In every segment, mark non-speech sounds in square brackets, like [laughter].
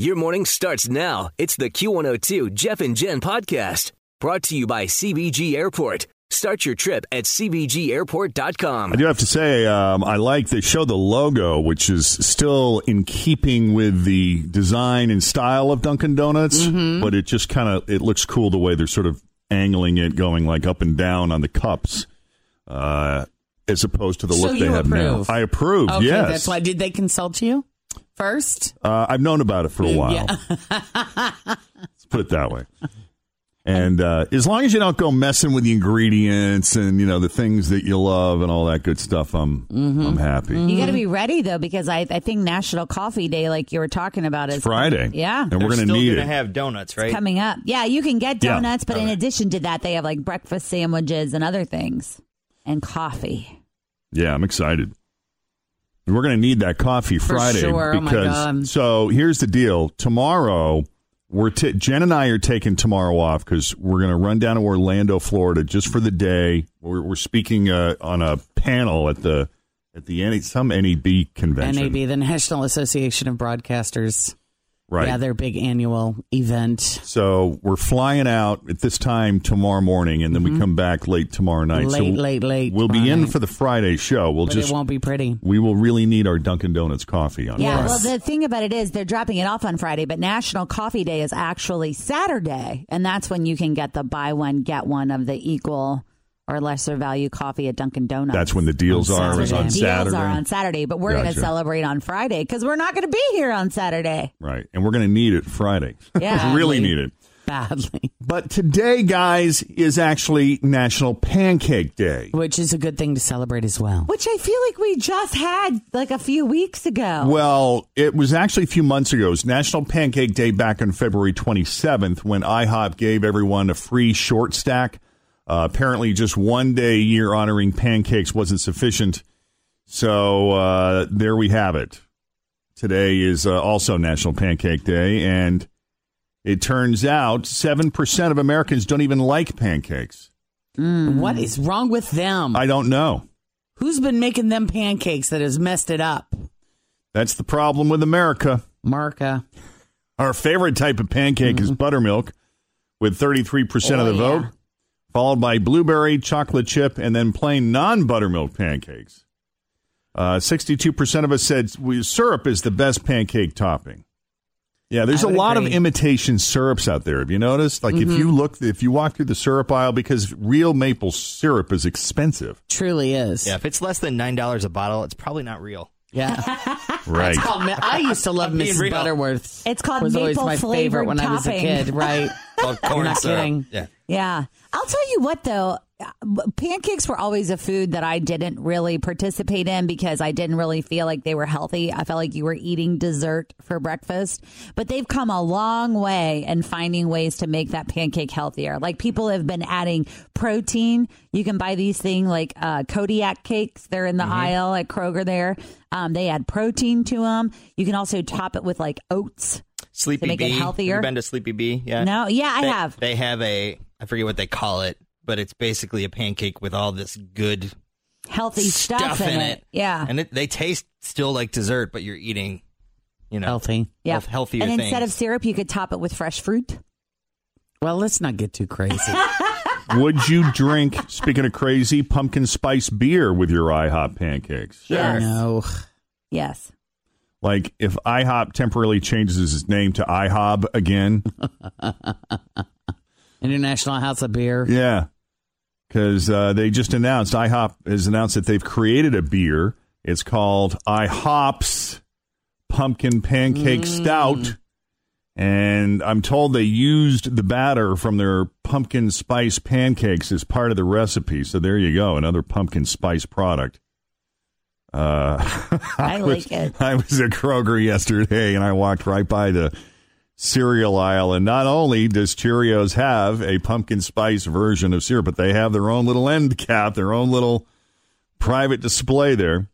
Your morning starts now. It's the Q102 Jeff and Jen podcast brought to you by CBG Airport. Start your trip at CBGAirport.com. I do have to say, um, I like they show the logo, which is still in keeping with the design and style of Dunkin' Donuts, Mm-hmm. but it just kind of it looks cool the way they're sort of angling it, going like up and down on the cups, uh, as opposed to the So look you they have approve? now. I approve. Okay, yes, that's why. Did they consult you first? uh, I've known about it for a [laughs] while. Yeah. Let's put it that way. And uh, as long as you don't go messing with the ingredients and you know the things that you love and all that good stuff, I'm Mm-hmm. I'm happy. You got to be ready though, because I, I think National Coffee Day, like you were talking about, is It's Friday. Yeah. And we're They're going to still need gonna it. have donuts, right? coming up. Yeah, you can get Yeah. donuts, but in addition to that, they have like breakfast sandwiches and other things, and coffee. yeah, I'm excited. And We're going to need that coffee For Friday sure. Oh, my because God. so here's the deal. Tomorrow we're t- Jen and I are taking tomorrow off because we're going to run down to Orlando, Florida, just for the day. We're, we're speaking uh, on a panel at the at the NE some NEB convention. NAB, the National Association of Broadcasters. right? Yeah, their big annual event. So we're flying out at this time tomorrow morning, and then we come back late tomorrow night. so Mm-hmm. Late, late, late We'll be tomorrow in night. for the Friday show. We'll but just it won't be pretty. we will really need our Dunkin' Donuts coffee on Yeah. Friday. Well, the thing about it is they're dropping it off on Friday, but National Coffee Day is actually Saturday, and that's when you can get the buy one get one of the equal or lesser value coffee at Dunkin' Donuts. That's when the deals On are is on Saturday. deals Saturday. are on Saturday, but we're going Gotcha. to celebrate on Friday because we're not going to be here on Saturday. Right, and we're going to need it Friday. Yeah. We really need it. Badly. [laughs] But today, guys, is actually National Pancake Day. Which is a good thing to celebrate as well. Which I feel like we just had like a few weeks ago. Well, it was actually a few months ago. It was National Pancake Day back on February 27th when IHOP gave everyone a free short stack. Uh, apparently, just one day a year honoring pancakes wasn't sufficient. So uh, there we have it. Today is uh, also National Pancake Day, and it turns out 7% of Americans don't even like pancakes. What is wrong with them? I don't know. Who's been making them pancakes that has messed it up? That's the problem with America. Marca. Our favorite type of pancake is buttermilk with 33% of the Mm-hmm. Oh, vote, yeah. followed by blueberry, chocolate chip, and then plain non buttermilk pancakes. Uh, 62% of us said we, syrup is the best pancake topping. Yeah, there's I a would lot of agree. Mm-hmm. imitation syrups out there. Have you noticed? Like if you look, if you walk through the syrup aisle, because real maple syrup is [laughs] expensive. Truly is. Yeah, if it's less than nine dollars a bottle, it's probably not [laughs] real. Yeah. Right. It's called, I used to love I'm being Mrs. real. Butterworth's. It's called was always maple my favorite flavored when I was a topping. kid, right? Called corn not syrup. kidding. Yeah. Yeah. I'll tell you what, though, pancakes were always a food that I didn't really participate in because I didn't really feel like they were healthy. I felt like you were eating dessert for breakfast. But they've come a long way in finding ways to make that pancake healthier. Like people have been adding protein. You can buy these things like uh, Kodiak cakes. They're in the aisle at Kroger there. Um, they add protein to them. You can also top it with like oats. Sleepy make it Bee. Have you healthier? been to Sleepy Bee? Yeah. No, yeah, I They- have. They have a I forget what they call it, but it's basically a pancake with all this good Healthy stuff, in, it. Yeah. and it, they taste still like dessert, but you're eating, you know, Healthy. Yeah. health- healthier And things. instead of syrup, you could top it with fresh fruit. Well, let's not get too crazy. Would you drink, speaking of crazy, pumpkin spice beer with your IHOP pancakes? Yes. No. Yes. Like if IHOP temporarily changes its name to IHOB again, International House of Beer. Yeah, because uh, they just announced IHOP has announced that they've created a beer. It's called IHOP's Pumpkin Pancake Stout, and I'm told they used the batter from their pumpkin spice pancakes as part of the recipe. So there you go, another pumpkin spice product. Uh, [laughs] I was- like it. I was at Kroger yesterday, and I walked right by the cereal aisle. And not only does Cheerios have a pumpkin spice version of cereal, but they have their own little end cap, their own little private display there.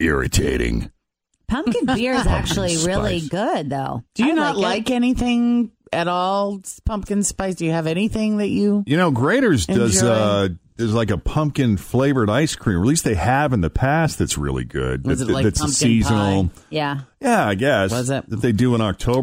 Irritating. [laughs] Pumpkin beer is actually Pumpkin really spice. good, though. Do you I not like it. like anything at all? Pumpkin spice? Do you have anything that you? You know, Graders does Enjoy. uh, is like a pumpkin flavored ice cream. Or at least they have in the past. That's really good. Was That- it like that's a pumpkin seasonal. pie? Yeah. Yeah, I guess Was it? that they do in October.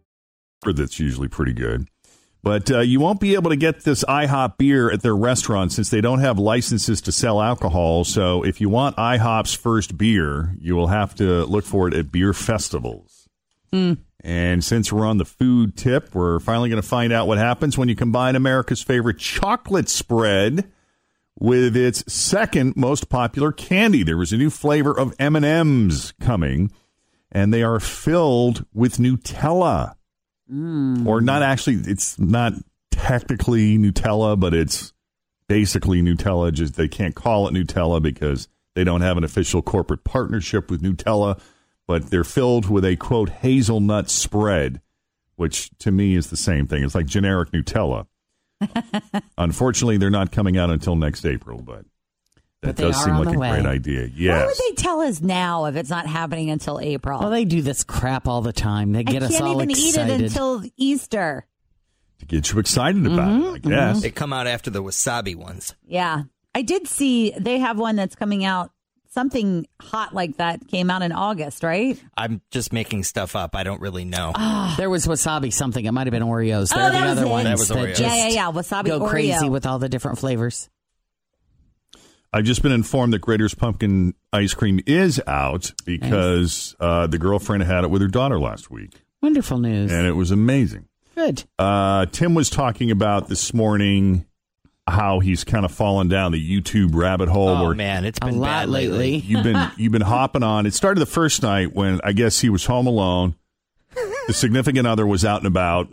that's usually pretty good. But uh, you won't be able to get this IHOP beer at their restaurant since they don't have licenses to sell alcohol. So if you want IHOP's first beer, you will have to look for it at beer festivals. And since we're on the food tip, we're finally going to find out what happens when you combine America's favorite chocolate spread with its second most popular candy. There was a new flavor of M&Ms coming, and they are filled with Nutella Mm. or not actually it's not technically nutella but it's basically nutella just they can't call it nutella because they don't have an official corporate partnership with nutella but they're filled with a quote hazelnut spread which to me is the same thing it's like generic [laughs] nutella unfortunately they're not coming out until next april but that But they does are seem on like the a great way. idea Why yes would they tell us now if it's not happening until April? Well, Oh, they do this crap all the time. They get I us can't all even excited. eat it until Easter. to get you excited about it i Mm-hmm, guess They come out after the wasabi ones. Yeah. I did see they have one that's coming out. Something hot like that came out in August, right? I'm just making stuff up. I don't really know. [sighs] there was wasabi something. It might have been Oreos. There Oh, are the that was other it. ones That was that Oreos. just yeah, yeah, yeah. Wasabi go Oreo. crazy with all the different flavors. I've just been informed that Grater's pumpkin ice cream is out because uh, the girlfriend had it with her daughter last week, Wonderful news. and it was amazing. Good. Uh, Tim was talking about this morning how he's kind of fallen down the YouTube rabbit hole oh where man, it's A been lot bad lately. lately. you've been [laughs] you've been hopping on. It started the first night when I guess he was home alone. The significant other was out and about,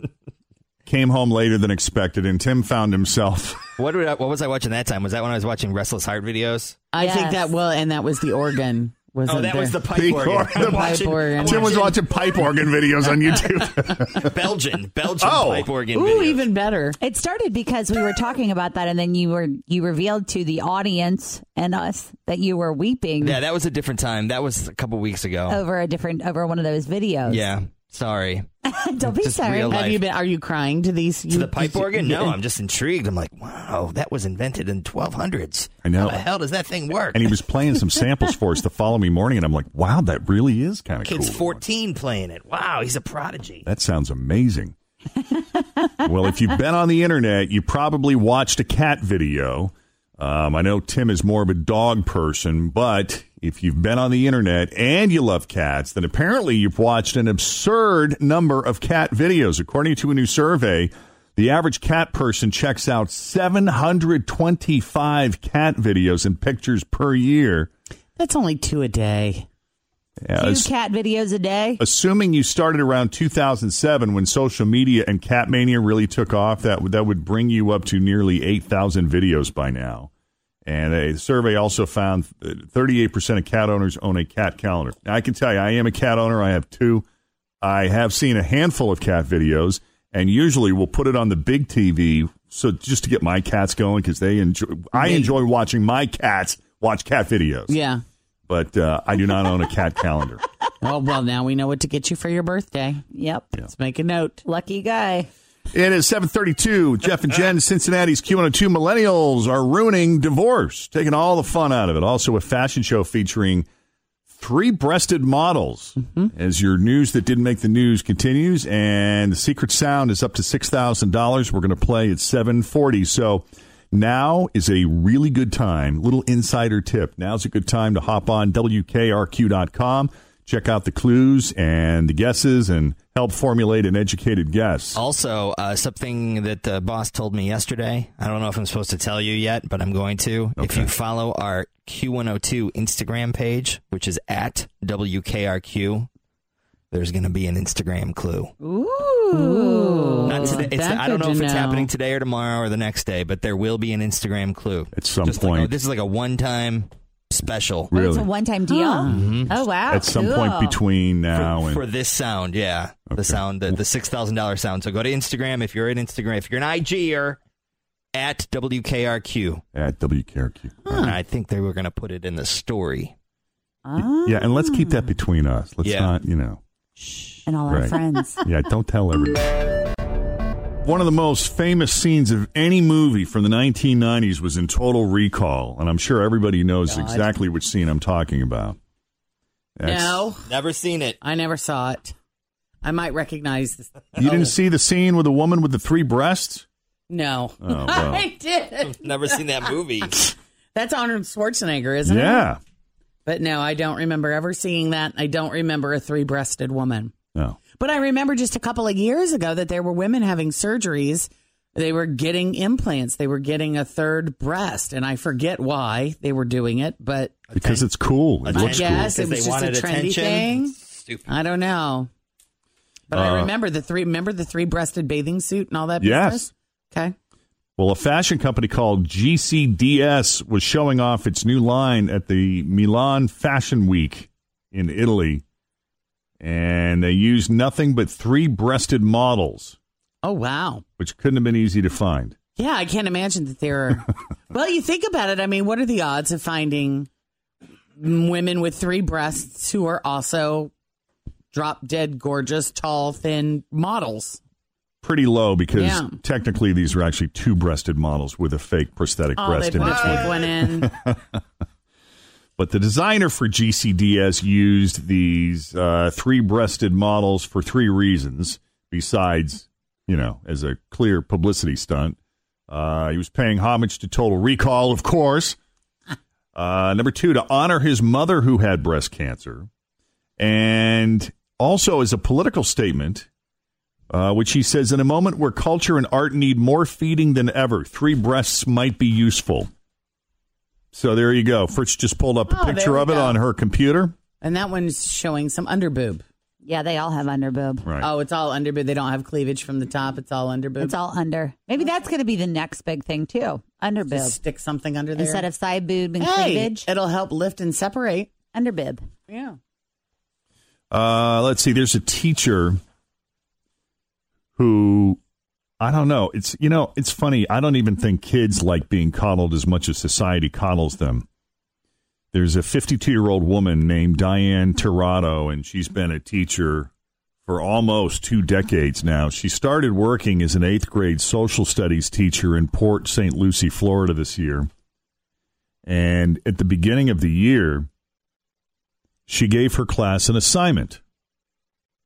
came home later than expected, and Tim found himself. What did I, what was I watching that time? Was that when I was watching Restless Heart videos? I think Yes. that well, and that was the organ. Wasn't oh, that was the there? pipe organ. organ. I'm The pipe watching- organ. I'm Tim was watching pipe organ videos [laughs] on YouTube. [laughs] Belgian, Belgian Oh. pipe organ. Ooh, videos. even better. It started because we were talking about that, and then you were you revealed to the audience and us that you were weeping yeah, that was a different time. That was a couple weeks ago. over a different over one of those Oh. videos. Yeah, sorry. [laughs] don't be Just sorry. real- Have life. you been? Are you crying to these? To the pipe organ? No, I'm just intrigued. I'm like, wow, that was invented in 1200s. I know. How the hell does that thing work? and he was playing some samples for us the following morning, and I'm like, wow, that really is kind of cool. Kid's 14 playing it. Wow, he's a prodigy. That sounds amazing. well, if you've been on the internet, you probably watched a cat video. Um, I know Tim is more of a dog person, but if you've been on the internet and you love cats, then apparently you've watched an absurd number of cat videos. According to a new survey, the average cat person checks out 725 cat videos and pictures per year. That's only two a day. Yeah, Two it's- cat videos a day. assuming you started around 2007 when social media and cat mania really took off that that would bring you up to nearly 8000 videos by now and a survey also found that 38% of cat owners own a cat calendar now, i can tell you i am a cat owner i have two I have seen a handful of cat videos, and usually we'll put it on the big TV so just to get my cats going because they enjoy. I enjoy watching my cats watch cat videos, Yeah. but uh, I do not own a cat calendar. Oh, well, now we know what to get you for your birthday. Yep. Let's make a note. Lucky guy. It is 732. Jeff and Jen, Cincinnati's Q102 millennials are ruining divorce, taking all the fun out of it. Also, a fashion show featuring three breasted models. As your news that didn't make the news continues, and the secret sound is up to $6,000. We're going to play at 740. So now is a really good time. Little insider tip. Now's a good time to hop on WKRQ.com. Check out the clues and the guesses and help formulate an educated guess. Also, uh, something that the boss told me yesterday. I don't know if I'm supposed to tell you yet, but I'm going to. If Okay. you follow our Q102 Instagram page, which is at WKRQ, there's going to be an Instagram clue. Ooh. Not today. It's, That I don't good know if to it's happening today or tomorrow or the next day, but there will be an Instagram clue. At some Just like a- point. this is like a one-time special Oh, it's a Really? one time deal. Oh Mm-hmm. wow. At some point cool. between now for, and for this sound. Yeah, the sound, the, the six thousand dollar sound. So go to Instagram if you're at Instagram. If you're an IG or at WKRQ. at WKRQ. And I think they were going to put it in the story. Ah, Yeah, and let's keep that between us. Let's Yeah. not, you know. and all our Right. friends. [laughs] Yeah, don't tell everybody. One of the most famous scenes of any movie from the 1990s was in Total Recall, and I'm sure everybody knows God. exactly which scene I'm talking about. That's- No, Never seen it. I never saw it. I might recognize this. You Oh. didn't see the scene with the woman with the three breasts? No. [laughs] Oh, well. I did. Never seen that [laughs] movie. That's Arnold Schwarzenegger, isn't it? yeah. But no, I don't remember ever seeing that. I don't remember a three breasted woman. No. But I remember just a couple of years ago that there were women having surgeries. They were getting implants. They were getting a third breast. And I forget why they were doing it, but Because it's cool. It I looks cool. guess it was just a trendy thing. Stupid. I don't know. But Uh, I remember the three remember the three breasted bathing suit and all that Yes. business? Okay. Well, a fashion company called GCDS was showing off its new line at the Milan Fashion Week in Italy, and they used nothing but three breasted models, Oh wow. which couldn't have been easy to find. Yeah, I can't imagine that there are. well, you think about it. I mean, what are the odds of finding women with three breasts who are also drop dead gorgeous, tall, thin models? Pretty low because Yeah. technically these are actually two breasted models with a fake prosthetic Oh, they breast in put a between. fake one in. But the designer for GCDS used these uh, three breasted models for three reasons, besides, you know, as a clear publicity stunt. Uh, he was paying homage to Total Recall, of course. Uh, number two, to honor his mother who had breast cancer. And also as a political statement, uh, which he says, in a moment where culture and art need more feeding than ever, three breasts might be useful. So there you go. Fritz just pulled up a Oh, there picture we of it go. on her computer. And that one's showing some underboob. Yeah, they all have underboob. Right. Oh, it's all underboob. They don't have cleavage from the top. It's all underboob. It's all under. Maybe that's going to be the next big thing too. Just Underboob stick something under there instead of side boob and hey, cleavage. It'll help lift and separate. Underbib. Yeah. Uh, let's see. There's a teacher who I don't know. It's you know, it's funny. I don't even think kids like being coddled as much as society coddles them. There's a 52 year old woman named Diane Tirado, and she's been a teacher for almost two decades now. She started working as an eighth grade social studies teacher in Port St. Lucie, Florida this year. And at the beginning of the year, she gave her class an assignment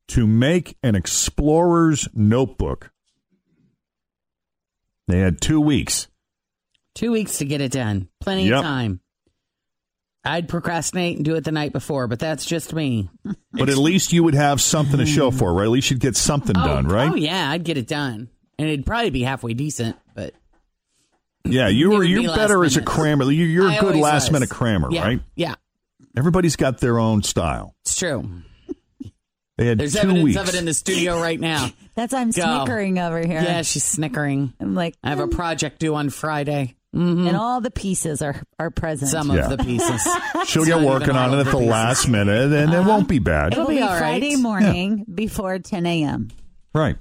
to make an explorer's notebook. They had two weeks. Two weeks to get it done. Plenty Yep. of time. I'd procrastinate and do it the night before, but that's just me. But at least you would have something to show for, right? At least you'd get something oh, done, right? Oh yeah, I'd get it done, and it'd probably be halfway decent. But Yeah, you It were would be you're last better as a minute. crammer. You- You're a I good always last was. minute crammer, Yeah, right? Yeah, Everybody's got their own style. it's true. They had There's two evidence weeks. of it in the studio [laughs] right now. That's why I'm Go. snickering over here. yeah, she's snickering. I'm like, I have a project due on Friday. Mm-hmm. and all the pieces are are present. mm, Some of the pieces. [laughs] She'll It's get not working even on all it at of the the pieces. last minute, and it won't be bad. It will be be all right. Friday morning before 10 a.m. Right.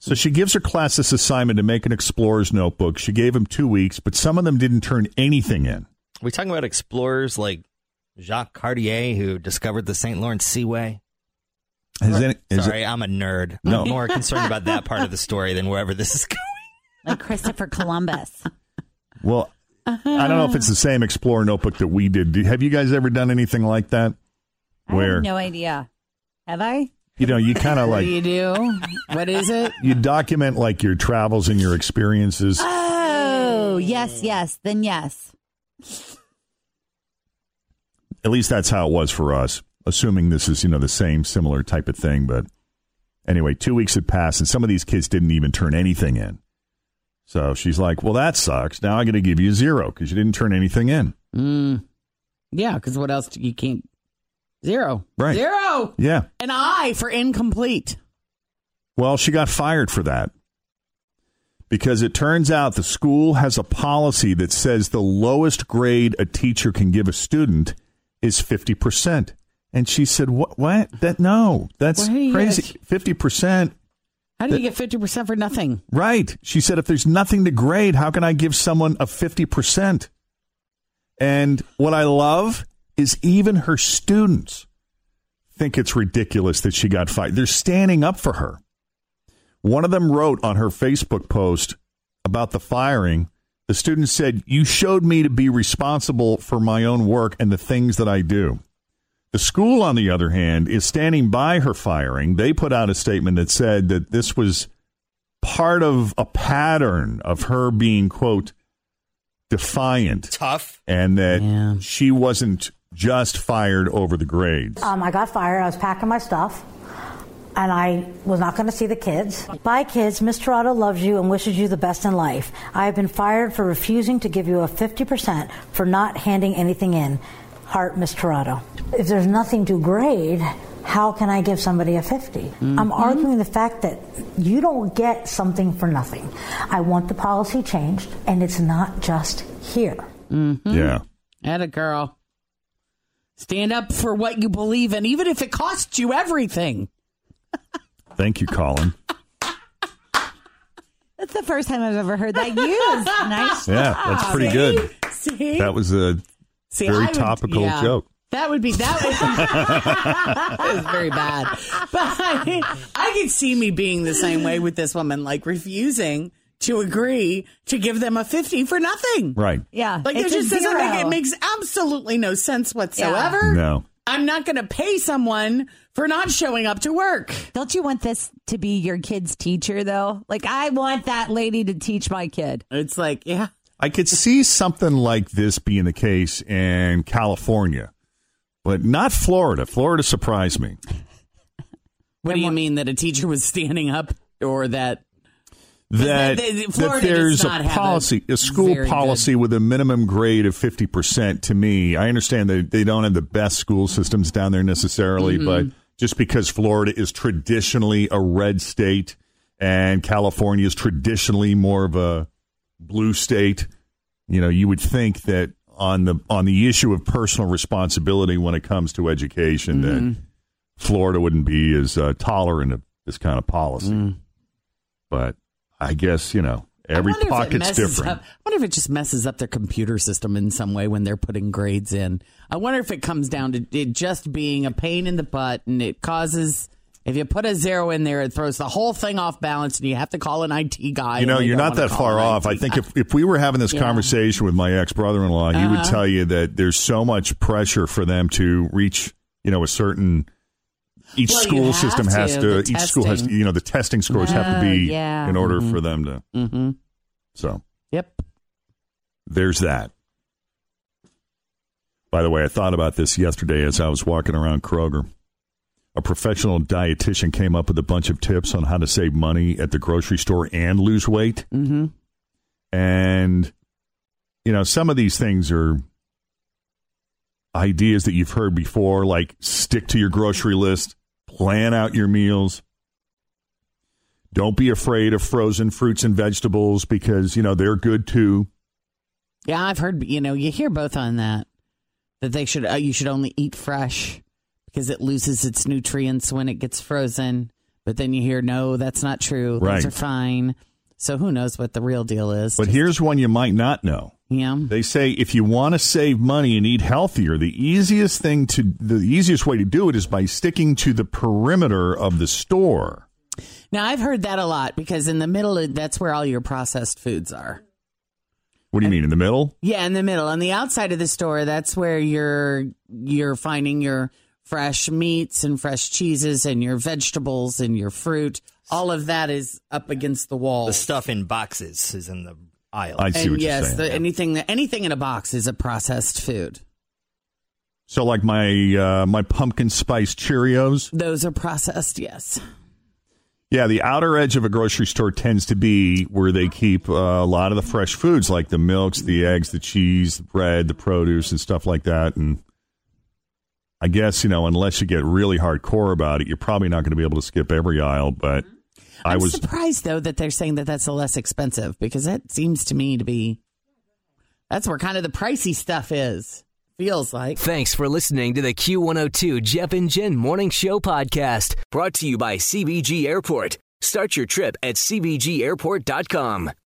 so she gives her class this assignment to make an explorer's notebook. She gave them two weeks, but some of them didn't turn anything in. we talking about explorers like Jacques Cartier, who discovered the St. Lawrence Seaway? Has any, is Sorry, it- I'm a nerd. No. I'm [laughs] more concerned about that part of the story than wherever this is going. Like Christopher Columbus. well, I don't know if it's the same explorer notebook that we did. Do- Have you guys ever done anything like that? I Where have no idea. Have I? you know you kind of What like do you do? What is it? you document like your travels and your experiences. Oh, yes, yes. Then yes. At least that's how it was for us. Assuming this is you know the same similar type of thing, but anyway, two weeks had passed, and some of these kids didn't even turn anything in. So she's like, "Well, that sucks. Now I'm going to give you zero because you didn't turn anything in." Mm. Yeah, because what else? do- You can't. Zero. Right. Zero. Yeah. An I for incomplete. Well, she got fired for that because it turns out the school has a policy that says the lowest grade a teacher can give a student is 50%. And she said, "What what? That no. That's What do you- crazy. 50%." How do you get 50% for nothing? Right. She said if there's nothing to grade, how can I give someone a 50%? And what I love is even her students think it's ridiculous that she got fired. They're standing up for her. One of them wrote on her Facebook post about the firing. The student said, You showed me to be responsible for my own work and the things that I do. The school, on the other hand, is standing by her firing. They put out a statement that said that this was part of a pattern of her being, quote, defiant Tough. and that Yeah. she wasn't just fired over the grades. Oh, Um, I got fired. I was packing my stuff, and I was not going to see the kids. Bye, kids. Miss Toronto loves you and wishes you the best in life. I have been fired for refusing to give you a 50% for not handing anything in. Heart, Miss Toronto. If there's nothing to grade, how can I give somebody a 50? I'm arguing the fact that you don't get something for nothing. I want the policy changed, and it's not just here. Yeah. At a girl. Stand up for what you believe in, even if it costs you everything. Thank you, Colin. That's the first time I've ever heard that [laughs] used. nice. Yeah, that's [laughs] pretty good. Ah, See? That was a See, very I would- topical yeah. joke. That would be that [laughs] would- It was very bad. But I, I could see me being the same way with this woman, like refusing to agree to give them a fifty for nothing. Right. Yeah. Like it it's a just doesn't make it zero. makes absolutely no sense whatsoever. No. I'm not going to pay someone for not showing up to work. Don't you want this to be your kid's teacher, though? Like, I want that lady to teach my kid. It's like, yeah, I could see something like this being the case in California, but not Florida. Florida surprised me. what do you mean that a teacher was [laughs] standing up or that that, Th- th- that Florida does there's not a have a policy, a, school very policy with a minimum grade of 50%. To me, I understand that they don't have the best school systems down there necessarily, Mm-hmm. but just because Florida is traditionally a red state and California is traditionally more of a blue state, you know, you would think that on the on the issue of personal responsibility when it comes to education that Mm-hmm. Florida wouldn't be as uh, tolerant of this kind of policy. But I guess you know every Mm. I wonder if it pocket's messes different. up- I wonder if it just messes up their computer system in some way when they're putting grades in. I wonder if it comes down to it just being a pain in the butt and it causes. If you put a zero in there, it throws the whole thing off balance, and you have to call an IT guy. You know, and they you're don't not that wanna call far an off. IT I think guy. if, if we were having this Yeah. Uh-huh. conversation with my ex brother in law, he would tell you that there's so much pressure for them to reach, you know, a certain. Each Well, you school have system has to, to. the Each school has to. testing. Uh, Mm-hmm. You know, the testing scores have to Oh, be yeah. in order for them to. So Yep. there's that. By the way, I thought about this yesterday as I was walking around Kroger. A professional dietitian came up with a bunch of tips on how to save money at the grocery store and lose weight. Mm-hmm. And, you know, some of these things are ideas that you've heard before, like stick to your grocery list, plan out your meals. Don't be afraid of frozen fruits and vegetables because, you know, they're good too. Yeah, I've heard. You know, you hear both on that that they should uh, you should only eat fresh because it loses its nutrients when it gets frozen. But then you hear, no, that's not true. Right. Those are fine. So who knows what the real deal is? But here's one you might not know. Yeah. They say if you want to save money and eat healthier, the easiest thing to the easiest way to do it is by sticking to the perimeter of the store. Now I've heard that a lot because in the middle, of, that's where all your processed foods are. What do you mean in the middle? Yeah, in the middle, on the outside of the store, that's where you're you're finding your fresh meats and fresh cheeses and your vegetables and your fruit. All of that is up against the wall. The stuff in boxes is in the aisle. I see and what you're yes, saying. The, anything that anything in a box is a processed food. So like my uh, my pumpkin spice Cheerios. Those are processed. Yes. Yeah, the outer edge of a grocery store tends to be where they keep uh, a lot of the fresh foods, like the milks, the eggs, the cheese, the bread, the produce, and stuff like that. And I guess you know, unless you get really hardcore about it, you're probably not going to be able to skip every aisle. But I I'm was surprised though that they're saying that that's the less expensive because that seems to me to be that's where kind of the pricey stuff is. Feels like. Thanks for listening to the Q102 Jeff and Jen Morning Show podcast, brought to you by CBG Airport. Start your trip at CBGAirport.com.